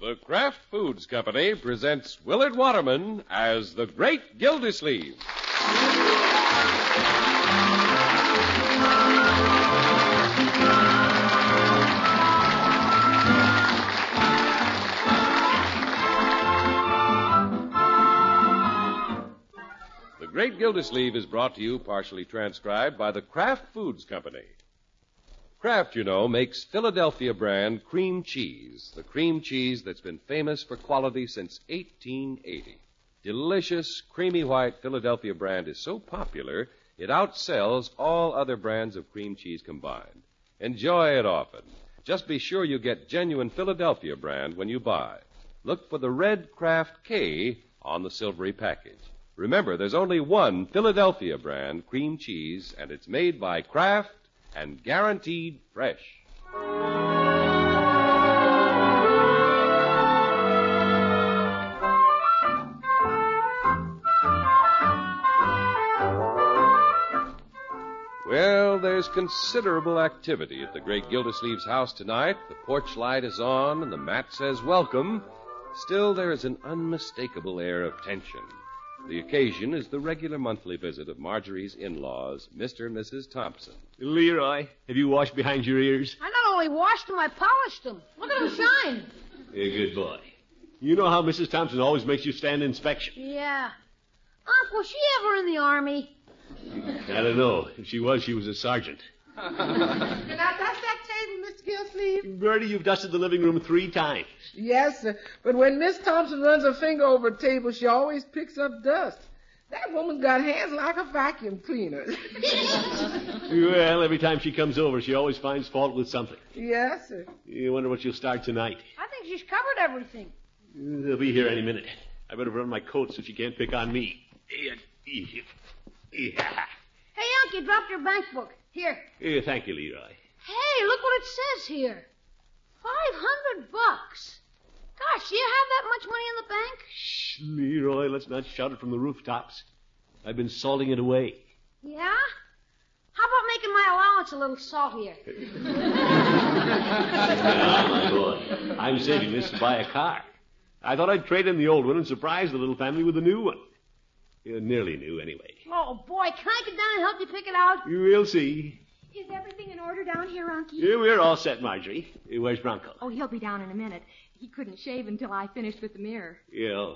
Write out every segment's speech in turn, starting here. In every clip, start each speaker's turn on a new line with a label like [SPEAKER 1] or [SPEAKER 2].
[SPEAKER 1] The Kraft Foods Company presents Willard Waterman as the Great Gildersleeve. The Great Gildersleeve is brought to you, partially transcribed, by the Kraft Foods Company. Kraft, you know, makes Philadelphia brand cream cheese, the cream cheese that's been famous for quality since 1880. Delicious, creamy white Philadelphia brand is so popular, it outsells all other brands of cream cheese combined. Enjoy it often. Just be sure you get genuine Philadelphia brand when you buy. Look for the red Kraft K on the silvery package. Remember, there's only one Philadelphia brand cream cheese, and it's made by Kraft and guaranteed fresh. Well, there's considerable activity at the great Gildersleeve's house tonight. The porch light is on and the mat says welcome. Still, there is an unmistakable air of tension. The occasion is the regular monthly visit of Marjorie's in laws, Mr. and Mrs. Thompson.
[SPEAKER 2] Leroy, have you washed behind your ears?
[SPEAKER 3] I not only washed them, I polished them. Look at them shine.
[SPEAKER 2] A good boy. You know how Mrs. Thompson always makes you stand inspection?
[SPEAKER 3] Yeah. Unc, was she ever in the army?
[SPEAKER 2] I don't know. If she was, she was a sergeant.
[SPEAKER 4] Can I dust that table, Mr. Gillsleeve?
[SPEAKER 2] Bertie, you've dusted the living room three times.
[SPEAKER 4] Yes, sir. But when Miss Thompson runs her finger over a table, she always picks up dust. That woman's got hands like a vacuum cleaner.
[SPEAKER 2] Well, every time she comes over, she always finds fault with something.
[SPEAKER 4] yes, sir.
[SPEAKER 2] You wonder what she'll start tonight.
[SPEAKER 3] I think she's covered everything.
[SPEAKER 2] They'll be here any minute. I better run my coat so she can't pick on me. Yeah.
[SPEAKER 3] Hey, Unc, you dropped your bank book. Here.
[SPEAKER 2] Yeah, Thank you, Leroy.
[SPEAKER 3] Hey, look what it says here. Five hundred bucks. Gosh, do you have that much money in the bank?
[SPEAKER 2] Shh, Leroy, let's not shout it from the rooftops. I've been salting it away.
[SPEAKER 3] Yeah? How about making my allowance a little saltier?
[SPEAKER 2] Ah, my boy. I'm saving this to buy a car. I thought I'd trade in the old one and surprise the little family with a new one. Uh, nearly new, anyway.
[SPEAKER 3] Oh, boy, can I get down and help you pick it out?
[SPEAKER 2] We'll see.
[SPEAKER 5] Is everything in order down here, Unky?
[SPEAKER 2] Yeah, we're all set, Marjorie. Uh, Where's Bronco?
[SPEAKER 5] Oh, he'll be down in a minute. He couldn't shave until I finished with the mirror.
[SPEAKER 2] Yeah.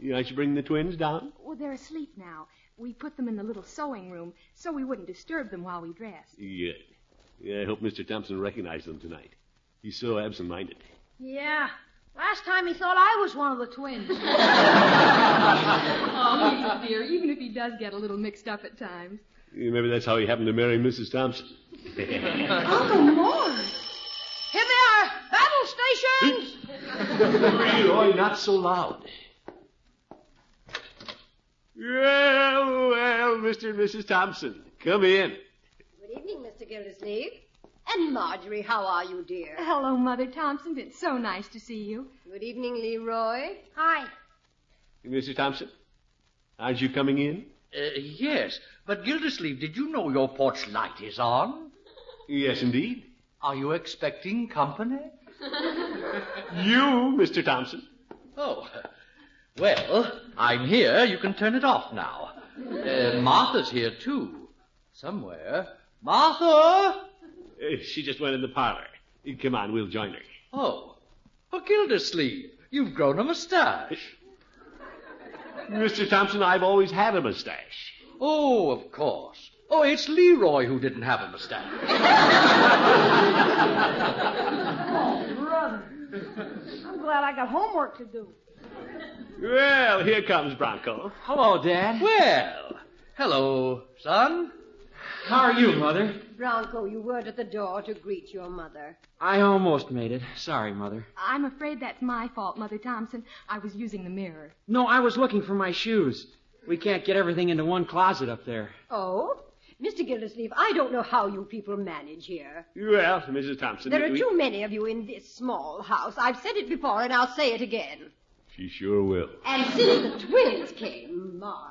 [SPEAKER 2] You aren't you bringing the twins down?
[SPEAKER 5] Well, they're asleep now. We put them in the little sewing room so we wouldn't disturb them while we dressed.
[SPEAKER 2] Good. Yeah, I hope Mr. Thompson recognized them tonight. He's so absent-minded.
[SPEAKER 3] Yeah. Last time he thought I was one of the twins.
[SPEAKER 5] Oh, he's dear, even if he does get a little mixed up at times.
[SPEAKER 2] Uh, Maybe that's how he happened to marry Mrs. Thompson.
[SPEAKER 3] Here they are! Battle stations!
[SPEAKER 2] Leroy, Oh, not so loud. Well, well, Mr. and Mrs. Thompson, come in.
[SPEAKER 6] Good evening, Mr. Gildersleeve. And Marjorie, how are you, dear?
[SPEAKER 5] Hello, Mother Thompson. It's so nice to see you.
[SPEAKER 6] Good evening, Leroy.
[SPEAKER 3] Hi.
[SPEAKER 2] Mrs. Thompson, aren't you coming in?
[SPEAKER 7] Uh, yes, but Gildersleeve, did you know your porch light is on?
[SPEAKER 2] Yes, indeed.
[SPEAKER 7] Are you expecting company?
[SPEAKER 2] You, Mr. Thompson.
[SPEAKER 7] Oh, well, I'm here. You can turn it off now. Uh, Martha's here, too. Somewhere. Martha!
[SPEAKER 2] Uh, she just went in the parlor. Uh, Come on, we'll join her.
[SPEAKER 7] Oh, oh, Gildersleeve, you've grown a mustache.
[SPEAKER 2] Mr. Thompson, I've always had a mustache.
[SPEAKER 7] Oh, of course. Oh, it's Leroy who didn't have a mustache.
[SPEAKER 3] Brother. I'm glad I got homework to do.
[SPEAKER 2] Well, here comes Bronco.
[SPEAKER 8] Hello, Dad.
[SPEAKER 7] Well, hello, son.
[SPEAKER 8] How are you, Mother?
[SPEAKER 6] Bronco, you weren't at the door to greet your mother.
[SPEAKER 8] I almost made it. Sorry, Mother.
[SPEAKER 5] I'm afraid that's my fault, Mother Thompson. I was using the mirror.
[SPEAKER 8] No, I was looking for my shoes. We can't get everything into one closet up there.
[SPEAKER 6] Oh? Mr. Gildersleeve, I don't know how you people manage here.
[SPEAKER 2] Well, Mrs. Thompson.
[SPEAKER 6] There are
[SPEAKER 2] we-
[SPEAKER 6] too many of you in this small house. I've said it before, and I'll say it again.
[SPEAKER 2] She sure will.
[SPEAKER 6] And since the twins came, my.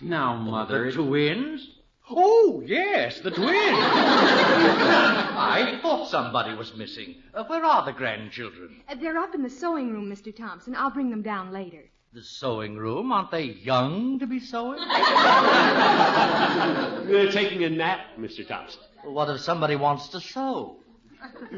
[SPEAKER 8] Now, Mother.
[SPEAKER 7] The Oh, twins? Oh, yes, the twins. I thought somebody was missing. Uh, where are the grandchildren?
[SPEAKER 5] Uh, they're up in the sewing room, Mr. Thompson. I'll bring them down later.
[SPEAKER 7] The sewing room? Aren't they young to be sewing?
[SPEAKER 2] They're taking a nap, Mr. Thompson.
[SPEAKER 7] what if somebody wants to sew?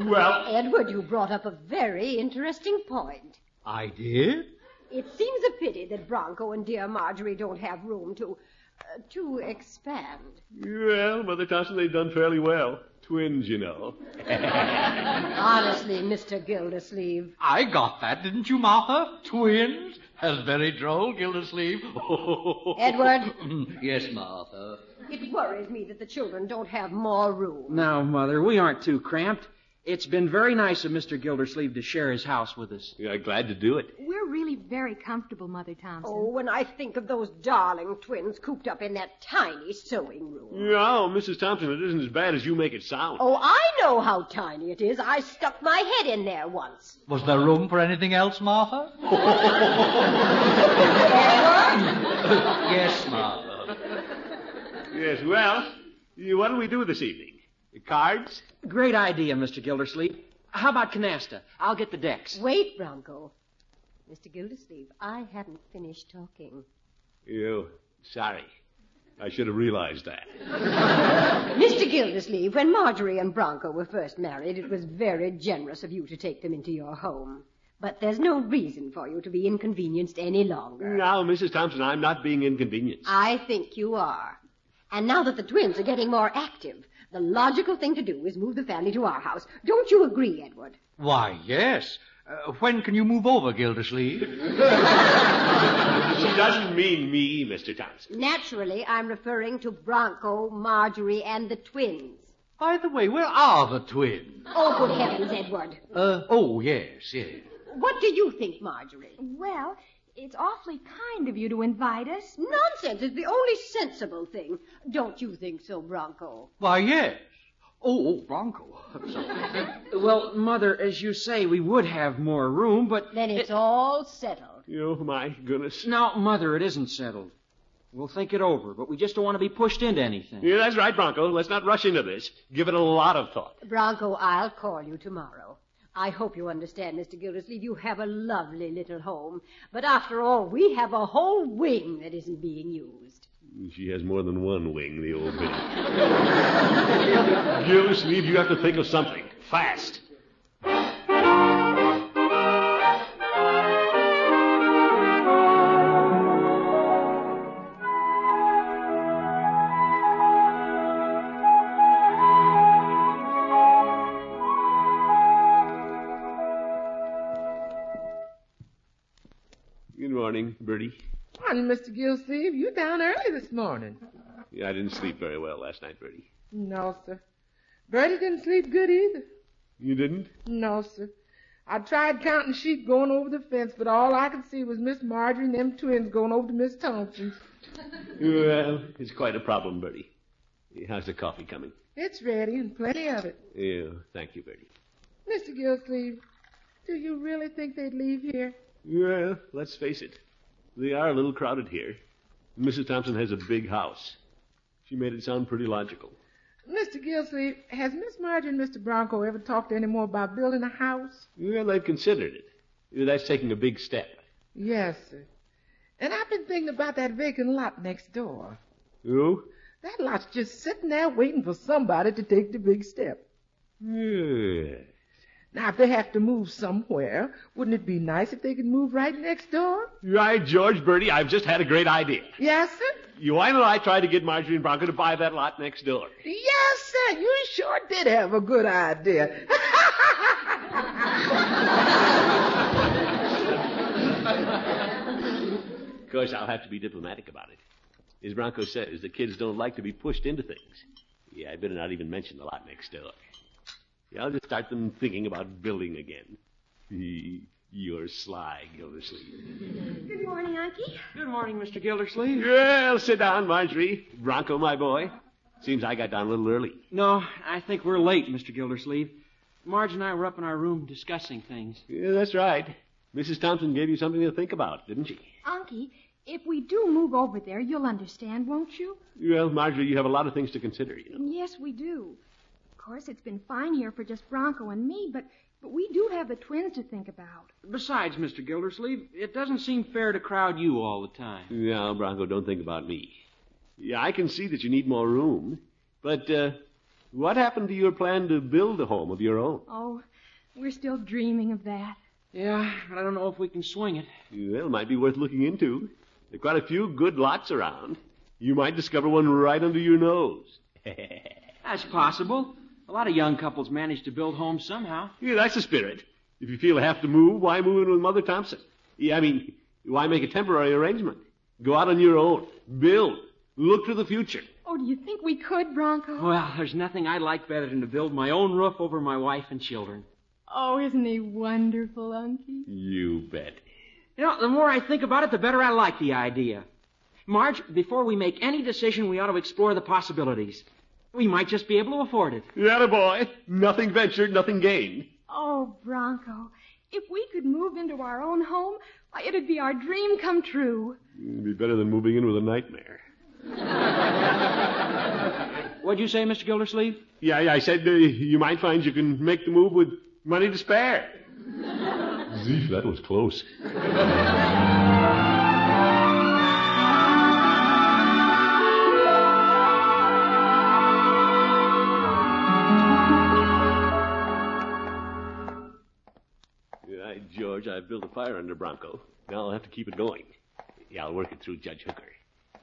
[SPEAKER 2] Well,
[SPEAKER 6] Edward, you brought up a very interesting point.
[SPEAKER 7] I did?
[SPEAKER 6] It seems a pity that Bronco and dear Marjorie don't have room to, uh, to expand.
[SPEAKER 2] well, Mother Thompson, they've done fairly well. Twins, you know.
[SPEAKER 6] Honestly, Mr. Gildersleeve,
[SPEAKER 7] I got that, didn't you, Martha? Twins? That's very droll, Gildersleeve. Mm,
[SPEAKER 6] Edward,
[SPEAKER 7] yes, Martha.
[SPEAKER 6] it worries me that the children don't have more room.
[SPEAKER 8] No, Mother, we aren't too cramped. It's been very nice of Mr. Gildersleeve to share his house with us.
[SPEAKER 2] Yeah, glad to do it.
[SPEAKER 5] We're really very comfortable, Mother Thompson.
[SPEAKER 6] Oh, when I think of those darling twins cooped up in that tiny sewing room.
[SPEAKER 2] No, Mrs. Thompson, it isn't as bad as you make it sound.
[SPEAKER 6] Oh, I know how tiny it is. I stuck my head in there once.
[SPEAKER 7] Was there room for anything else, Martha? yes, Martha.
[SPEAKER 2] Yes, well, you- what do we do this evening? Cards?
[SPEAKER 8] Great idea, Mr. Gildersleeve. How about canasta? I'll get the decks.
[SPEAKER 6] Wait, Bronco. Mr. Gildersleeve, I haven't finished talking.
[SPEAKER 2] You. Sorry. I should have realized that.
[SPEAKER 6] Mr. Gildersleeve, when Marjorie and Bronco were first married, it was very generous of you to take them into your home. But there's no reason for you to be inconvenienced any longer.
[SPEAKER 2] Now, Mrs. Thompson, I'm not being inconvenienced.
[SPEAKER 6] I think you are. And now that the twins are getting more active, the logical thing to do is move the family to our house. Don't you agree, Edward?
[SPEAKER 7] Why, yes. Uh, when can you move over, Gildersleeve?
[SPEAKER 2] She doesn't mean me, Mr. Thompson.
[SPEAKER 6] Naturally, I'm referring to Bronco, Marjorie, and the twins.
[SPEAKER 7] By the way, where are the twins?
[SPEAKER 6] Oh, good heavens, Edward.
[SPEAKER 7] Uh, oh, yes, yes.
[SPEAKER 6] What do you think, Marjorie?
[SPEAKER 5] Well, it's awfully kind of you to invite us.
[SPEAKER 6] Nonsense. It's the only sensible thing. Don't you think so, Bronco?
[SPEAKER 7] Why, yes. Oh, oh Bronco. I'm sorry.
[SPEAKER 8] Well, Mother, as you say, we would have more room, but.
[SPEAKER 6] Then it's all settled.
[SPEAKER 2] Oh, my goodness.
[SPEAKER 8] No, Mother, it isn't settled. We'll think it over, but we just don't want to be pushed into anything.
[SPEAKER 2] Yeah, that's right, Bronco. Let's not rush into this. Give it a lot of thought.
[SPEAKER 6] Bronco, I'll call you tomorrow. I hope you understand, Mr. Gildersleeve. You have a lovely little home. But after all, we have a whole wing that isn't being used.
[SPEAKER 2] She has more than one wing, the old bitch. Gildersleeve, you have to think of something. Fast. Good morning, Bertie.
[SPEAKER 4] Morning, Mr. Gildersleeve. You down early this morning.
[SPEAKER 2] Yeah, I didn't sleep very well last night, Bertie.
[SPEAKER 4] No, sir. Bertie didn't sleep good either.
[SPEAKER 2] You didn't?
[SPEAKER 4] No, sir. I tried counting sheep going over the fence, but all I could see was Miss Marjorie and them twins going over to Miss Thompson's.
[SPEAKER 2] Well, it's quite a problem, Bertie. How's the coffee coming?
[SPEAKER 4] It's ready and plenty of it.
[SPEAKER 2] Yeah, thank you, Bertie.
[SPEAKER 4] Mr. Gildersleeve, do you really think they'd leave here?
[SPEAKER 2] Well, let's face it. They are a little crowded here. Mrs. Thompson has a big house. She made it sound pretty logical.
[SPEAKER 4] Mr. Gildersleeve, has Miss Marjorie and Mr. Bronco ever talked any more about building a house?
[SPEAKER 2] Well, they've considered it. That's taking a big step.
[SPEAKER 4] Yes, sir. And I've been thinking about that vacant lot next door.
[SPEAKER 2] Oh?
[SPEAKER 4] That lot's just sitting there waiting for somebody to take the big step.
[SPEAKER 2] Yeah.
[SPEAKER 4] Now, if they have to move somewhere, wouldn't it be nice if they could move right next door?
[SPEAKER 2] Right, George, Bertie, I've just had a great idea.
[SPEAKER 4] Yes, sir.
[SPEAKER 2] You why don't I try to get Marjorie and Bronco to buy that lot next door?
[SPEAKER 4] Yes, sir. You sure did have a good idea.
[SPEAKER 2] Of course, I'll have to be diplomatic about it. As Bronco says, the kids don't like to be pushed into things. Yeah, I better not even mention the lot next door. Yeah, I'll just start them thinking about building again. You're sly, Gildersleeve.
[SPEAKER 5] Good morning, Unky.
[SPEAKER 8] Good morning, Mr. Gildersleeve.
[SPEAKER 2] Well, sit down, Marjorie. Bronco, my boy. Seems I got down a little early.
[SPEAKER 8] No, I think we're late, Mr. Gildersleeve. Marge and I were up in our room discussing things.
[SPEAKER 2] Yeah, that's right. Mrs. Thompson gave you something to think about, didn't she?
[SPEAKER 5] Unky, If we do move over there, you'll understand, won't you?
[SPEAKER 2] Well, Marjorie, you have a lot of things to consider, you know.
[SPEAKER 5] Yes, we do. Of course, it's been fine here for just Bronco and me, but but we do have the twins to think about.
[SPEAKER 8] Besides, Mr. Gildersleeve, it doesn't seem fair to crowd you all the time.
[SPEAKER 2] No, Bronco, don't think about me. Yeah, I can see that you need more room, but uh, what happened to your plan to build a home of your own?
[SPEAKER 5] Oh, we're still dreaming of that.
[SPEAKER 8] Yeah, but I don't know if we can swing it.
[SPEAKER 2] Well, might be worth looking into. There are quite a few good lots around. You might discover one right under your nose.
[SPEAKER 8] That's possible. A lot of young couples manage to build homes somehow.
[SPEAKER 2] Yeah, that's the spirit. If you feel you have to move, why move in with Mother Thompson? Yeah, I mean, why make a temporary arrangement? Go out on your own. Build. Look to the future.
[SPEAKER 5] Oh, do you think we could, Bronco?
[SPEAKER 8] Well, there's nothing I like better than to build my own roof over my wife and children.
[SPEAKER 5] Oh, isn't he wonderful, Unky?
[SPEAKER 2] You bet.
[SPEAKER 8] You know, the more I think about it, the better I like the idea. Marge, before we make any decision, we ought to explore the possibilities. We might just be able to afford it.
[SPEAKER 2] That a boy. Nothing ventured, nothing gained.
[SPEAKER 5] Oh, Bronco, if we could move into our own home, why, it'd be our dream come true.
[SPEAKER 2] It'd be better than moving in with a nightmare.
[SPEAKER 8] What'd you say, Mr. Gildersleeve?
[SPEAKER 2] Yeah, yeah I said uh, you might find you can make the move with money to spare. Zeesh, that was close. Yeah, George, I've built a fire under Bronco. Now I'll have to keep it going. Yeah, I'll work it through Judge Hooker.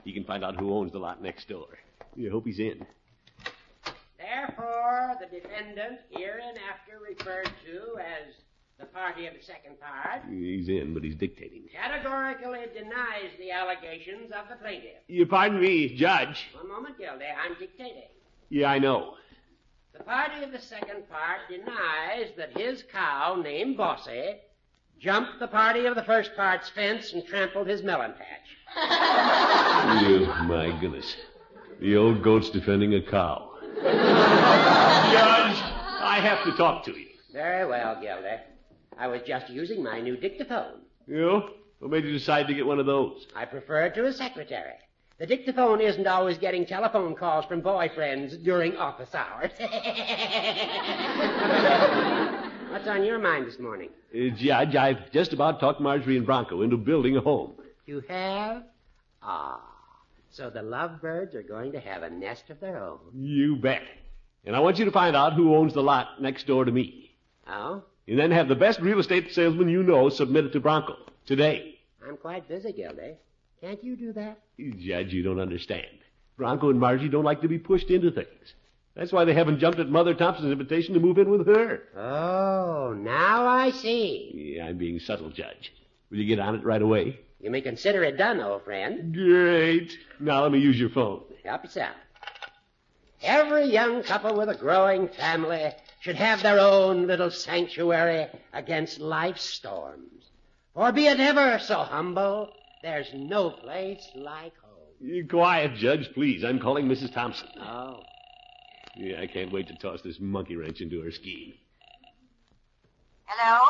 [SPEAKER 2] He can find out who owns the lot next door. Yeah, hope he's in.
[SPEAKER 9] Therefore, the defendant, hereinafter referred to as the party of the second part,
[SPEAKER 2] He's in, but he's dictating.
[SPEAKER 9] categorically denies the allegations of the plaintiff.
[SPEAKER 2] You pardon me, Judge.
[SPEAKER 9] One moment, Gildy, I'm dictating.
[SPEAKER 2] Yeah, I know.
[SPEAKER 9] The party of the second part denies that his cow, named Bossy, jumped the party of the first part's fence and trampled his melon patch.
[SPEAKER 2] Oh, my goodness. The old goat's defending a cow. Judge, I have to talk to you.
[SPEAKER 9] Very well, Gildy. I was just using my new dictaphone.
[SPEAKER 2] You? What made you decide to get one of those?
[SPEAKER 9] I prefer it to a secretary. The dictaphone isn't always getting telephone calls from boyfriends during office hours. What's on your mind this morning?
[SPEAKER 2] Uh, Judge, I've just about talked Marjorie and Bronco into building a home.
[SPEAKER 9] You have? Ah. So the lovebirds are going to have a nest of their own.
[SPEAKER 2] You bet. And I want you to find out who owns the lot next door to me.
[SPEAKER 9] Oh?
[SPEAKER 2] And then have the best real estate salesman you know submit it to Bronco today.
[SPEAKER 9] I'm quite busy, Gildy. Can't you do that?
[SPEAKER 2] Judge, you don't understand. Bronco and Marjorie don't like to be pushed into things. That's why they haven't jumped at Mother Thompson's invitation to move in with her.
[SPEAKER 9] Oh, now I see.
[SPEAKER 2] Yeah, I'm being subtle, Judge. Will you get on it right away?
[SPEAKER 9] You may consider it done, old friend.
[SPEAKER 2] Great. Now let me use your phone.
[SPEAKER 9] Help yourself. Every young couple with a growing family should have their own little sanctuary against life's storms. For be it ever so humble, there's no place like home.
[SPEAKER 2] You Quiet, Judge, please. I'm calling Mrs. Thompson.
[SPEAKER 9] Oh.
[SPEAKER 2] Yeah, I can't wait to toss this monkey wrench into her scheme.
[SPEAKER 6] Hello?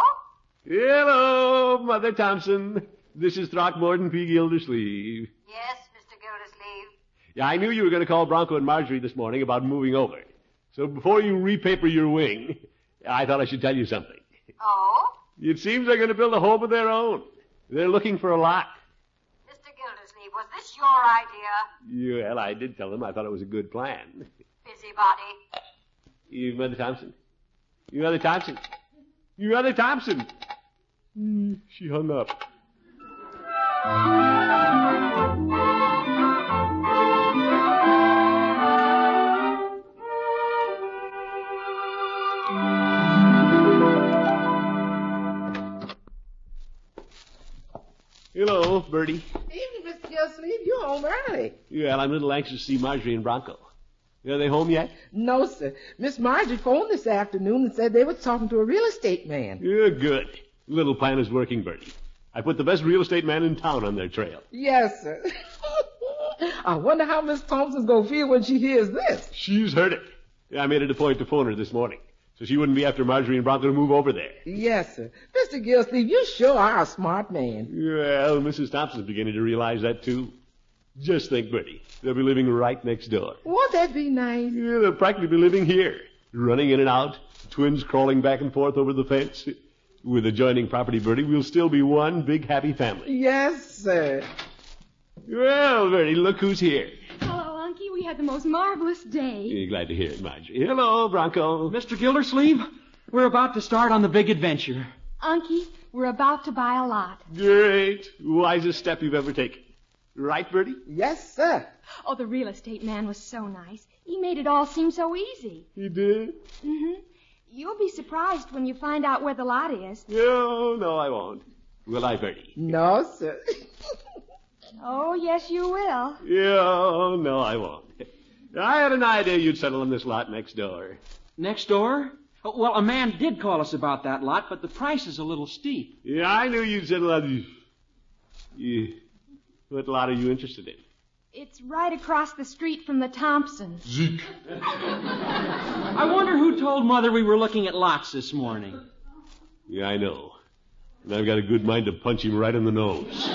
[SPEAKER 2] Hello, Mother Thompson. This is Throckmorton P. Gildersleeve.
[SPEAKER 6] Yes, Mr. Gildersleeve.
[SPEAKER 2] Yeah, I knew you were going to call Bronco and Marjorie this morning about moving over. So before you repaper your wing, I thought I should tell you something.
[SPEAKER 6] Oh?
[SPEAKER 2] It seems they're going to build a home of their own. They're looking for a lot.
[SPEAKER 6] Mr. Gildersleeve, was this your idea?
[SPEAKER 2] Well, I did tell them I thought it was a good plan.
[SPEAKER 6] Busybody.
[SPEAKER 2] You, Mother Thompson. You, Mother Thompson. You, Mother Thompson. Mm, She hung up. Hello, Bertie.
[SPEAKER 4] Evening, Mr. Gildersleeve. You're home early.
[SPEAKER 2] Well, I'm a little anxious to see Marjorie and Bronco. Are they home yet?
[SPEAKER 4] No, sir. Miss Marjorie phoned this afternoon and said they were talking to a real estate man.
[SPEAKER 2] Yeah, good. Little plan is working, Bertie. I put the best real estate man in town on their trail.
[SPEAKER 4] Yes, sir. I wonder how Miss Thompson's gonna feel when she hears this.
[SPEAKER 2] She's heard it. I made it a point to phone her this morning. So she wouldn't be after Marjorie and Bronco to move over there.
[SPEAKER 4] Yes, sir. Mr. Gillsleeve, you sure are a smart man.
[SPEAKER 2] Well, Mrs. Thompson's beginning to realize that, too. Just think, Bertie. They'll be living right next door.
[SPEAKER 4] Won't that be nice?
[SPEAKER 2] Yeah, they'll practically be living here, running in and out, twins crawling back and forth over the fence. With adjoining property, Bertie, we'll still be one big happy family.
[SPEAKER 4] Yes, sir.
[SPEAKER 2] Well, Bertie, look who's here.
[SPEAKER 5] Hello, Unky. We had the most marvelous day.
[SPEAKER 2] You're glad to hear it, Marjorie. Hello, Bronco.
[SPEAKER 8] Mr. Gildersleeve, we're about to start on the big adventure.
[SPEAKER 5] Unky, we're about to buy a lot.
[SPEAKER 2] Great. Wisest step you've ever taken. Right, Bertie?
[SPEAKER 4] Yes, sir.
[SPEAKER 5] Oh, the real estate man was so nice. He made it all seem so easy.
[SPEAKER 2] He did?
[SPEAKER 5] Mm-hmm. You'll be surprised when you find out where the lot is.
[SPEAKER 2] No, no, I won't. Will I, Bertie?
[SPEAKER 4] No, sir.
[SPEAKER 5] Oh, yes, you will.
[SPEAKER 2] Yeah, no, I won't. I had an idea you'd settle on this lot next door.
[SPEAKER 8] Next door? Oh, Well, a man did call us about that lot, but the price is a little steep.
[SPEAKER 2] Yeah, I knew you'd settle on. Yeah. What lot are you interested in?
[SPEAKER 5] It's right across the street from the Thompsons.
[SPEAKER 2] Zeke.
[SPEAKER 8] I wonder who told Mother we were looking at lots this morning.
[SPEAKER 2] Yeah, I know. And I've got a good mind to punch him right in the nose.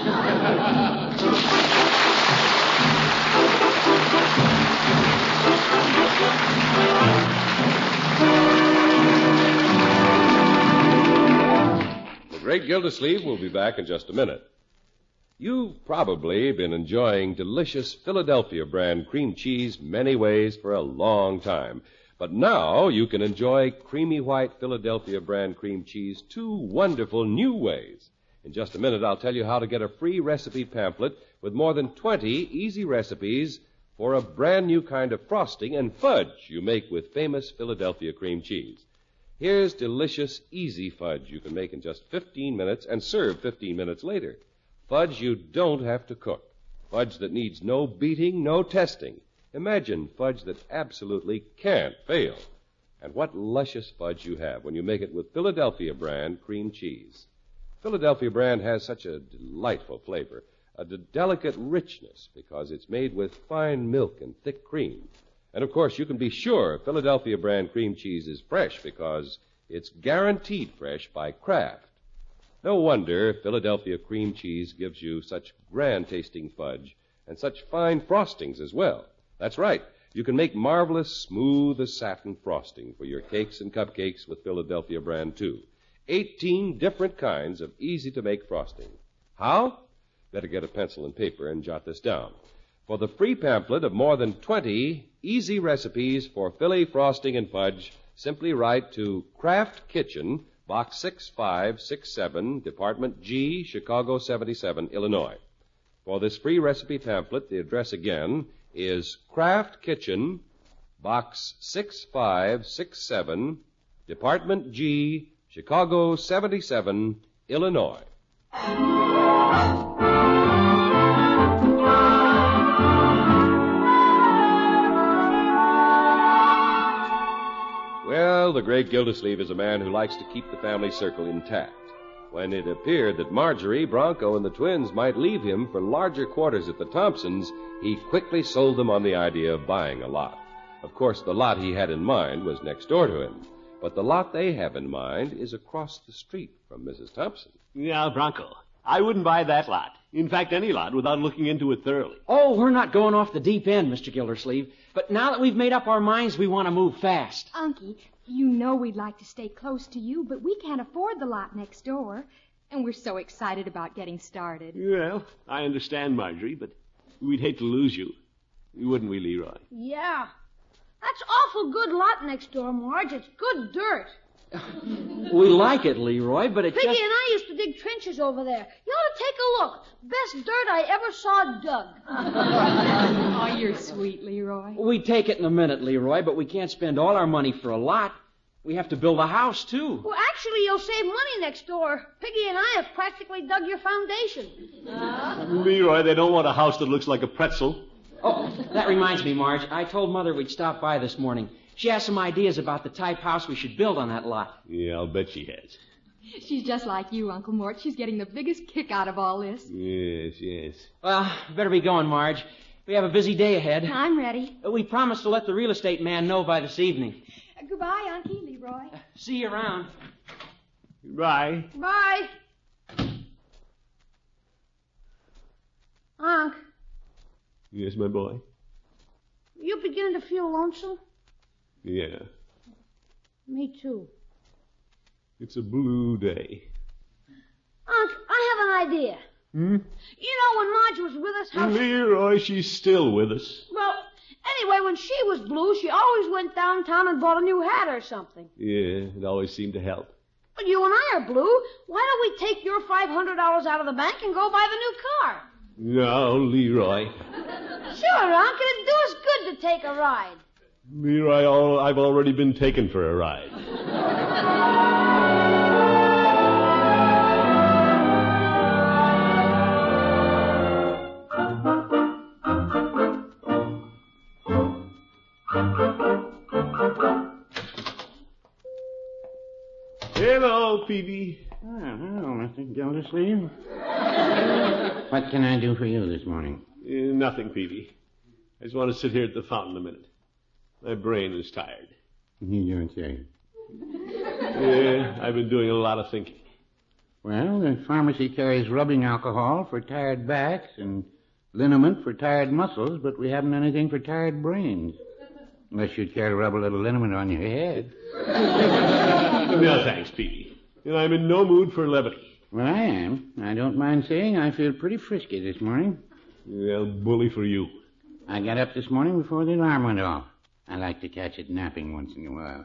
[SPEAKER 1] The Great Gildersleeve will be back in just a minute. You've probably been enjoying delicious Philadelphia brand cream cheese many ways for a long time. But now you can enjoy creamy white Philadelphia brand cream cheese two wonderful new ways. In just a minute, I'll tell you how to get a free recipe pamphlet with more than 20 easy recipes for a brand new kind of frosting and fudge you make with famous Philadelphia cream cheese. Here's delicious, easy fudge you can make in just 15 minutes and serve 15 minutes later. Fudge you don't have to cook. Fudge that needs no beating, no testing. Imagine fudge that absolutely can't fail. And what luscious fudge you have when you make it with Philadelphia brand cream cheese. Philadelphia brand has such a delightful flavor, a d- delicate richness, because it's made with fine milk and thick cream. And of course, you can be sure Philadelphia brand cream cheese is fresh because it's guaranteed fresh by Kraft. No wonder Philadelphia cream cheese gives you such grand tasting fudge and such fine frostings as well. That's right. You can make marvelous smooth as satin frosting for your cakes and cupcakes with Philadelphia brand too. 18 different kinds of easy to make frosting. How? Better get a pencil and paper and jot this down. For the free pamphlet of more than 20 easy recipes for Philly frosting and fudge, simply write to Kraft Kitchen, Box 6567, Department G, Chicago 77, Illinois. For this free recipe pamphlet, the address again is Kraft Kitchen, Box 6567, Department G, Chicago 77, Illinois. Well, the great Gildersleeve is a man who likes to keep the family circle intact. When it appeared that Marjorie, Bronco, and the twins might leave him for larger quarters at the Thompsons, he quickly sold them on the idea of buying a lot. Of course, the lot he had in mind was next door to him, but the lot they have in mind is across the street from Mrs. Thompson.
[SPEAKER 2] Now, Bronco, I wouldn't buy that lot. In fact, any lot without looking into it thoroughly.
[SPEAKER 8] Oh, we're not going off the deep end, Mr. Gildersleeve. But now that we've made up our minds, we want to move fast.
[SPEAKER 5] Unky, you know we'd like to stay close to you, but we can't afford the lot next door. And we're so excited about getting started.
[SPEAKER 2] Well, I understand, Marjorie, but we'd hate to lose you. Wouldn't we, Leroy?
[SPEAKER 3] Yeah. That's awful good lot next door, Marge. It's good dirt.
[SPEAKER 8] We like it, Leroy, but it
[SPEAKER 3] Piggy
[SPEAKER 8] just.
[SPEAKER 3] and I used to dig trenches over there. You ought to take a look. Best dirt I ever saw dug.
[SPEAKER 5] Oh, you're sweet, Leroy.
[SPEAKER 8] We take it in a minute, Leroy, but we can't spend all our money for a lot. We have to build a house, too.
[SPEAKER 3] Well, actually, you'll save money next door. Piggy and I have practically dug your foundation.
[SPEAKER 2] Leroy, they don't want a house that looks like a pretzel.
[SPEAKER 8] Oh, that reminds me, Marge. I told Mother we'd stop by this morning. She has some ideas about the type house we should build on that lot.
[SPEAKER 2] Yeah, I'll bet she has.
[SPEAKER 5] She's just like you, Uncle Mort. She's getting the biggest kick out of all this.
[SPEAKER 2] Yes, yes.
[SPEAKER 8] Well, better be going, Marge. We have a busy day ahead.
[SPEAKER 5] I'm ready.
[SPEAKER 8] We promised to let the real estate man know by this evening.
[SPEAKER 5] Uh, Goodbye, Unky Leroy.
[SPEAKER 8] Uh, See you around.
[SPEAKER 2] Goodbye.
[SPEAKER 3] Bye. Unc,
[SPEAKER 2] Yes, my boy.
[SPEAKER 3] you beginning to feel lonesome?
[SPEAKER 2] Yeah.
[SPEAKER 3] Me too.
[SPEAKER 2] It's a blue day.
[SPEAKER 3] Unc, I have an idea.
[SPEAKER 2] Hmm?
[SPEAKER 3] You know when Marge was with us, how she,
[SPEAKER 2] Leroy, she's still with us.
[SPEAKER 3] well, anyway, when she was blue, she always went downtown and bought a new hat or something.
[SPEAKER 2] Yeah, it always seemed to help.
[SPEAKER 3] But you and I are blue. Why don't we take your five hundred dollars out of the bank and go buy the new car?
[SPEAKER 2] No, Leroy.
[SPEAKER 3] Sure, Unc, it'd do us good to take a ride.
[SPEAKER 2] Leroy, all, I've already been taken for a ride. Hello, Peavy.
[SPEAKER 10] Oh, hello, Mr. Gildersleeve. what can I do for you this morning?
[SPEAKER 2] Eh, nothing, Peavy. I just want to sit here at the fountain a minute. My brain is tired.
[SPEAKER 10] You don't say.
[SPEAKER 2] Yeah, Eh, I've been doing a lot of thinking.
[SPEAKER 10] Well, the pharmacy carries rubbing alcohol for tired backs and liniment for tired muscles, but we haven't anything for tired brains. Unless you'd care to rub a little liniment on your head.
[SPEAKER 2] No thanks, Peavy. And I'm in no mood for levity.
[SPEAKER 10] Well, I am. I don't mind saying I feel pretty frisky this morning.
[SPEAKER 2] Well, bully for you.
[SPEAKER 10] I got up this morning before the alarm went off. I like to catch it napping once in a while.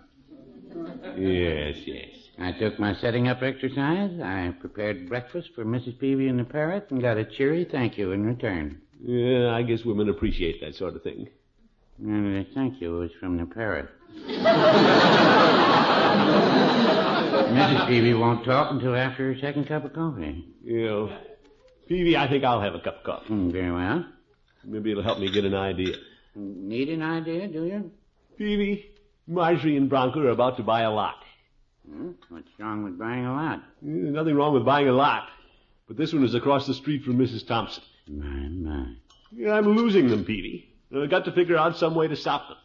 [SPEAKER 2] Yes, yes.
[SPEAKER 10] I took my setting up exercise. I prepared breakfast for Mrs. Peavy and the parrot and got a cheery thank you in return.
[SPEAKER 2] Yeah, I guess women appreciate that sort of thing.
[SPEAKER 10] And the thank you was from the parrot. Mrs. Peavy won't talk until after her second cup of coffee.
[SPEAKER 2] You know, Peavy, I think I'll have a cup of coffee.
[SPEAKER 10] Hmm, very well.
[SPEAKER 2] Maybe it'll help me get an idea.
[SPEAKER 10] Need an idea, do you?
[SPEAKER 2] Peavy, Marjorie and Bronco are about to buy a lot.
[SPEAKER 10] Hmm? What's wrong with buying a lot?
[SPEAKER 2] Eh, Nothing wrong with buying a lot, but this one is across the street from Mrs. Thompson.
[SPEAKER 10] My, my.
[SPEAKER 2] Yeah, I'm losing them, Peavy. And I've got to figure out some way to stop them.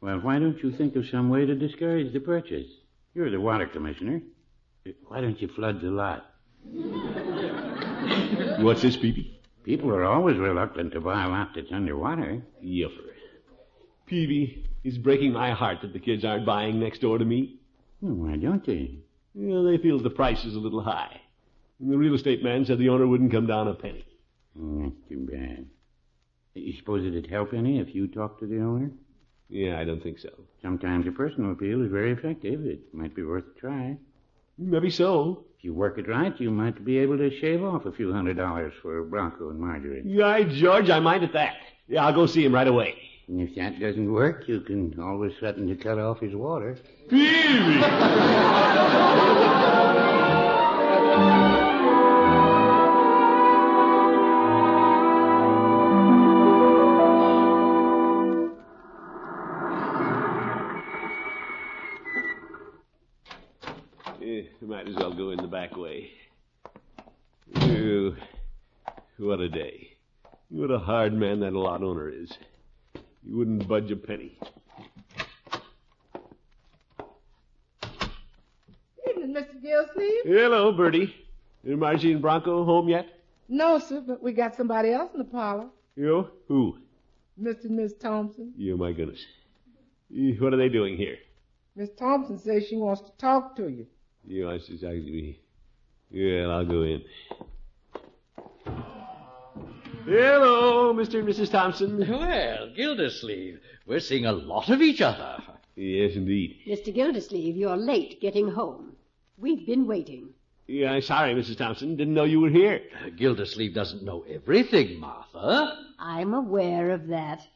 [SPEAKER 10] Well, why don't you think of some way to discourage the purchase? You're the water commissioner. Why don't you flood the lot?
[SPEAKER 2] What's this, Peavy?
[SPEAKER 10] People are always reluctant to buy a lot that's underwater.
[SPEAKER 2] Yuffer. Peavy, it's breaking my heart that the kids aren't buying next door to me.
[SPEAKER 10] Hmm, why don't they?
[SPEAKER 2] You know, they feel the price is a little high. And the real estate man said the owner wouldn't come down a penny.
[SPEAKER 10] Hmm, that's too bad. You suppose it'd help any if you talked to the owner?
[SPEAKER 2] Yeah, I don't think so.
[SPEAKER 10] Sometimes a personal appeal is very effective. It might be worth a try.
[SPEAKER 2] Maybe so.
[SPEAKER 10] If you work it right, you might be able to shave off a few hundred dollars for Bronco and Marjorie.
[SPEAKER 2] Yeah, George, I mind at that. Yeah, I'll go see him right away.
[SPEAKER 10] And if that doesn't work, you can always threaten to cut off his water.
[SPEAKER 2] Peavy! Eh, might as well go in the back way. Ew. What a day. What a hard man that lot owner is. He wouldn't budge a penny.
[SPEAKER 4] Evening, Mr. Gildersleeve.
[SPEAKER 2] Hello, Bertie. Is Margie and Bronco home yet?
[SPEAKER 4] No, sir, but we got somebody else in the parlor.
[SPEAKER 2] You? Who?
[SPEAKER 4] Mr. and Miss Thompson.
[SPEAKER 2] You, Oh, my goodness. Eh, What are they doing here?
[SPEAKER 4] Miss Thompson says she wants to talk to you.
[SPEAKER 2] You, I says, I, we, well, I'll go in. Hello, Mr. and Mrs. Thompson.
[SPEAKER 7] Well, Gildersleeve, we're seeing a lot of each other.
[SPEAKER 2] Yes, indeed.
[SPEAKER 6] Mr. Gildersleeve, you're late getting home. We've been waiting.
[SPEAKER 2] Yeah, I'm sorry, Mrs. Thompson. Didn't know you were here.
[SPEAKER 7] Gildersleeve doesn't know everything, Martha.
[SPEAKER 6] I'm aware of that.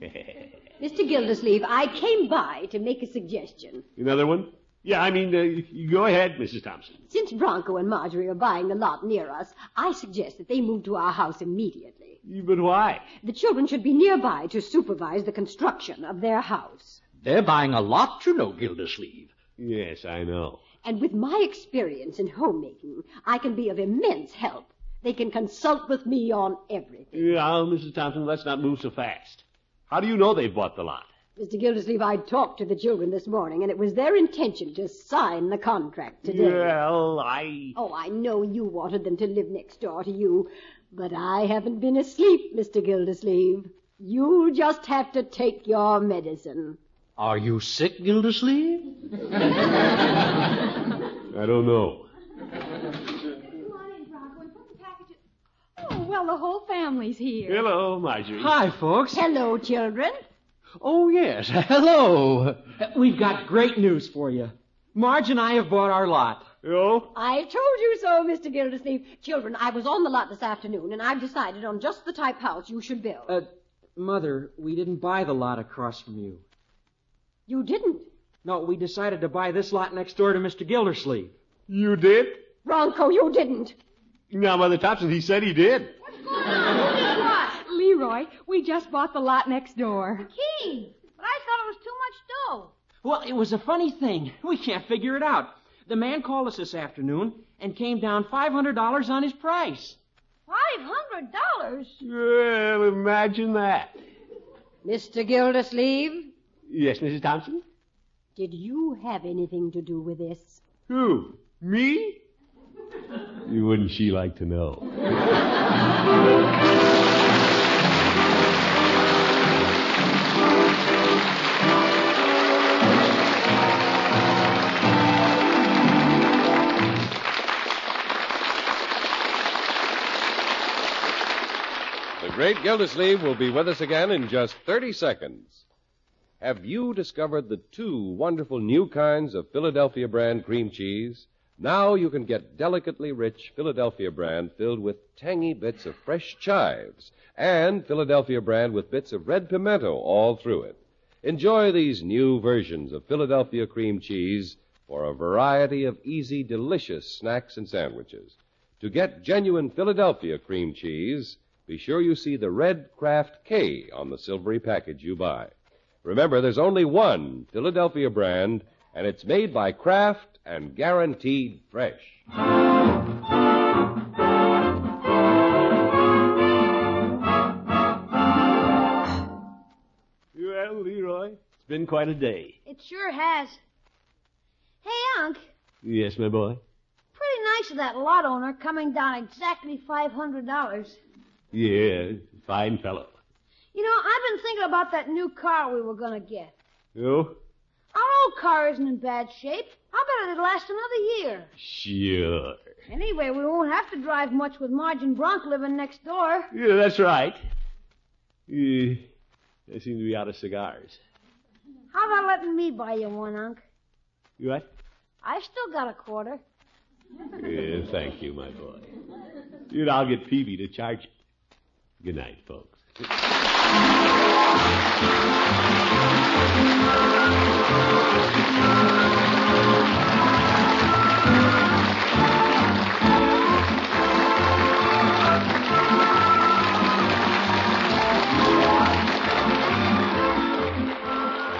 [SPEAKER 6] Mr. Gildersleeve, I came by to make a suggestion.
[SPEAKER 2] Another one? Yeah, I mean, uh, you go ahead, Mrs. Thompson.
[SPEAKER 6] Since Bronco and Marjorie are buying the lot near us, I suggest that they move to our house immediately.
[SPEAKER 2] Eh, But why?
[SPEAKER 6] The children should be nearby to supervise the construction of their house.
[SPEAKER 7] They're buying a lot, you know, Gildersleeve.
[SPEAKER 2] Yes, I know.
[SPEAKER 6] And with my experience in homemaking, I can be of immense help. They can consult with me on everything.
[SPEAKER 2] oh, Yeah, Mrs. Thompson, let's not move so fast. How do you know they've bought the lot?
[SPEAKER 6] Mr. Gildersleeve, I talked to the children this morning, and it was their intention to sign the contract today.
[SPEAKER 11] Well, I.
[SPEAKER 6] Oh, I know you wanted them to live next door to you, but I haven't been asleep, Mr. Gildersleeve. You just have to take your medicine.
[SPEAKER 7] Are you sick, Gildersleeve?
[SPEAKER 2] I don't know.
[SPEAKER 5] Oh, well, the whole family's here.
[SPEAKER 2] Hello, Marjorie.
[SPEAKER 7] Hi, folks.
[SPEAKER 6] Hello, children.
[SPEAKER 7] Oh, yes. Hello.
[SPEAKER 8] We've got great news for you. Marge and I have bought our lot.
[SPEAKER 2] Oh?
[SPEAKER 6] I told you so, Mr. Gildersleeve. Children, I was on the lot this afternoon, and I've decided on just the type house you should build.
[SPEAKER 8] Uh, Mother, we didn't buy the lot across from you.
[SPEAKER 6] You didn't?
[SPEAKER 8] No, we decided to buy this lot next door to Mr. Gildersleeve.
[SPEAKER 11] You did?
[SPEAKER 6] Bronco, you didn't.
[SPEAKER 11] Now, Mother Thompson, he said he did.
[SPEAKER 5] Leroy, we just bought the lot next door.
[SPEAKER 3] King, but I thought it was too much dough.
[SPEAKER 8] Well, it was a funny thing. We can't figure it out. The man called us this afternoon and came down $500 on his price.
[SPEAKER 3] Five hundred dollars?
[SPEAKER 11] Well, imagine that.
[SPEAKER 6] Mr. Gildersleeve,
[SPEAKER 2] Yes, Mrs. Thompson?
[SPEAKER 6] did you have anything to do with this?
[SPEAKER 2] Who? Me? Wouldn't she like to know?
[SPEAKER 1] The great Gildersleeve will be with us again in just 30 seconds. Have you discovered the two wonderful new kinds of Philadelphia brand cream cheese? Now you can get delicately rich Philadelphia brand filled with tangy bits of fresh chives and Philadelphia brand with bits of red pimento all through it. Enjoy these new versions of Philadelphia cream cheese for a variety of easy, delicious snacks and sandwiches. To get genuine Philadelphia cream cheese, be sure you see the red Kraft K on the silvery package you buy. Remember, there's only one Philadelphia brand, and it's made by Kraft and guaranteed fresh.
[SPEAKER 2] Well, Leroy, it's been quite a day.
[SPEAKER 3] It sure has. Hey, Unc,
[SPEAKER 2] Yes, my boy.
[SPEAKER 3] pretty nice of that lot owner coming down exactly five hundred dollars.
[SPEAKER 2] Yeah, fine fellow.
[SPEAKER 3] You know, I've been thinking about that new car we were gonna get.
[SPEAKER 2] Oh?
[SPEAKER 3] Our old car isn't in bad shape. I bet it'll last another year.
[SPEAKER 2] Sure.
[SPEAKER 3] Anyway, we won't have to drive much with Marge and Bronk living next door.
[SPEAKER 2] Yeah, that's right. Yeah, they seem to be out of cigars.
[SPEAKER 3] How about letting me buy you one, Unc?
[SPEAKER 2] You what?
[SPEAKER 3] I still got a quarter.
[SPEAKER 2] Yeah, thank you, my boy. You know, I'll get Peavy to charge it. Good night, folks.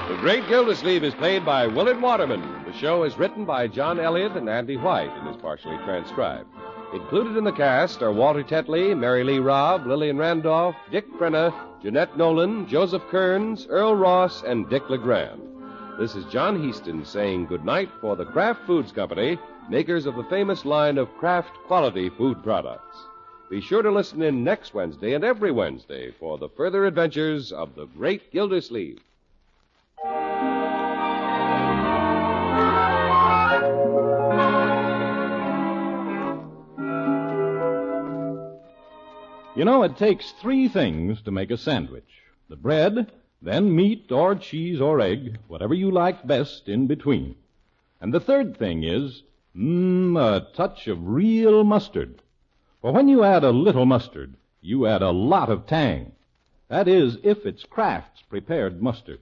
[SPEAKER 1] The Great Gildersleeve is played by Willard Waterman. The show is written by John Elliott and Andy White and is partially transcribed. Included in the cast are Walter Tetley, Mary Lee Robb, Lillian Randolph, Dick Brenna, Jeanette Nolan, Joseph Kearns, Earl Ross, and Dick LeGrand. This is John Heaston saying goodnight for the Kraft Foods Company, makers of the famous line of Kraft quality food products. Be sure to listen in next Wednesday and every Wednesday for the further adventures of the Great Gildersleeve.
[SPEAKER 12] You know, it takes three things to make a sandwich the bread, then meat or cheese or egg, whatever you like best in between. And the third thing is, mmm, a touch of real mustard. For when you add a little mustard, you add a lot of tang. That is, if it's Kraft's prepared mustard.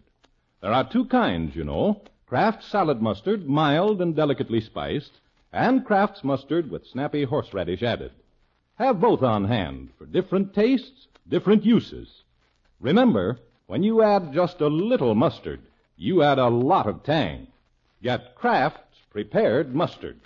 [SPEAKER 12] There are two kinds, you know Kraft salad mustard, mild and delicately spiced, and Kraft's mustard with snappy horseradish added. Have both on hand for different tastes, different uses. Remember, when you add just a little mustard, you add a lot of tang. Get Kraft's prepared mustard.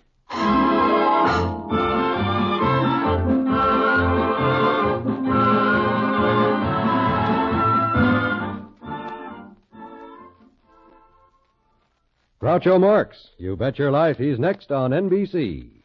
[SPEAKER 12] Groucho Marx, you bet your life he's next on NBC.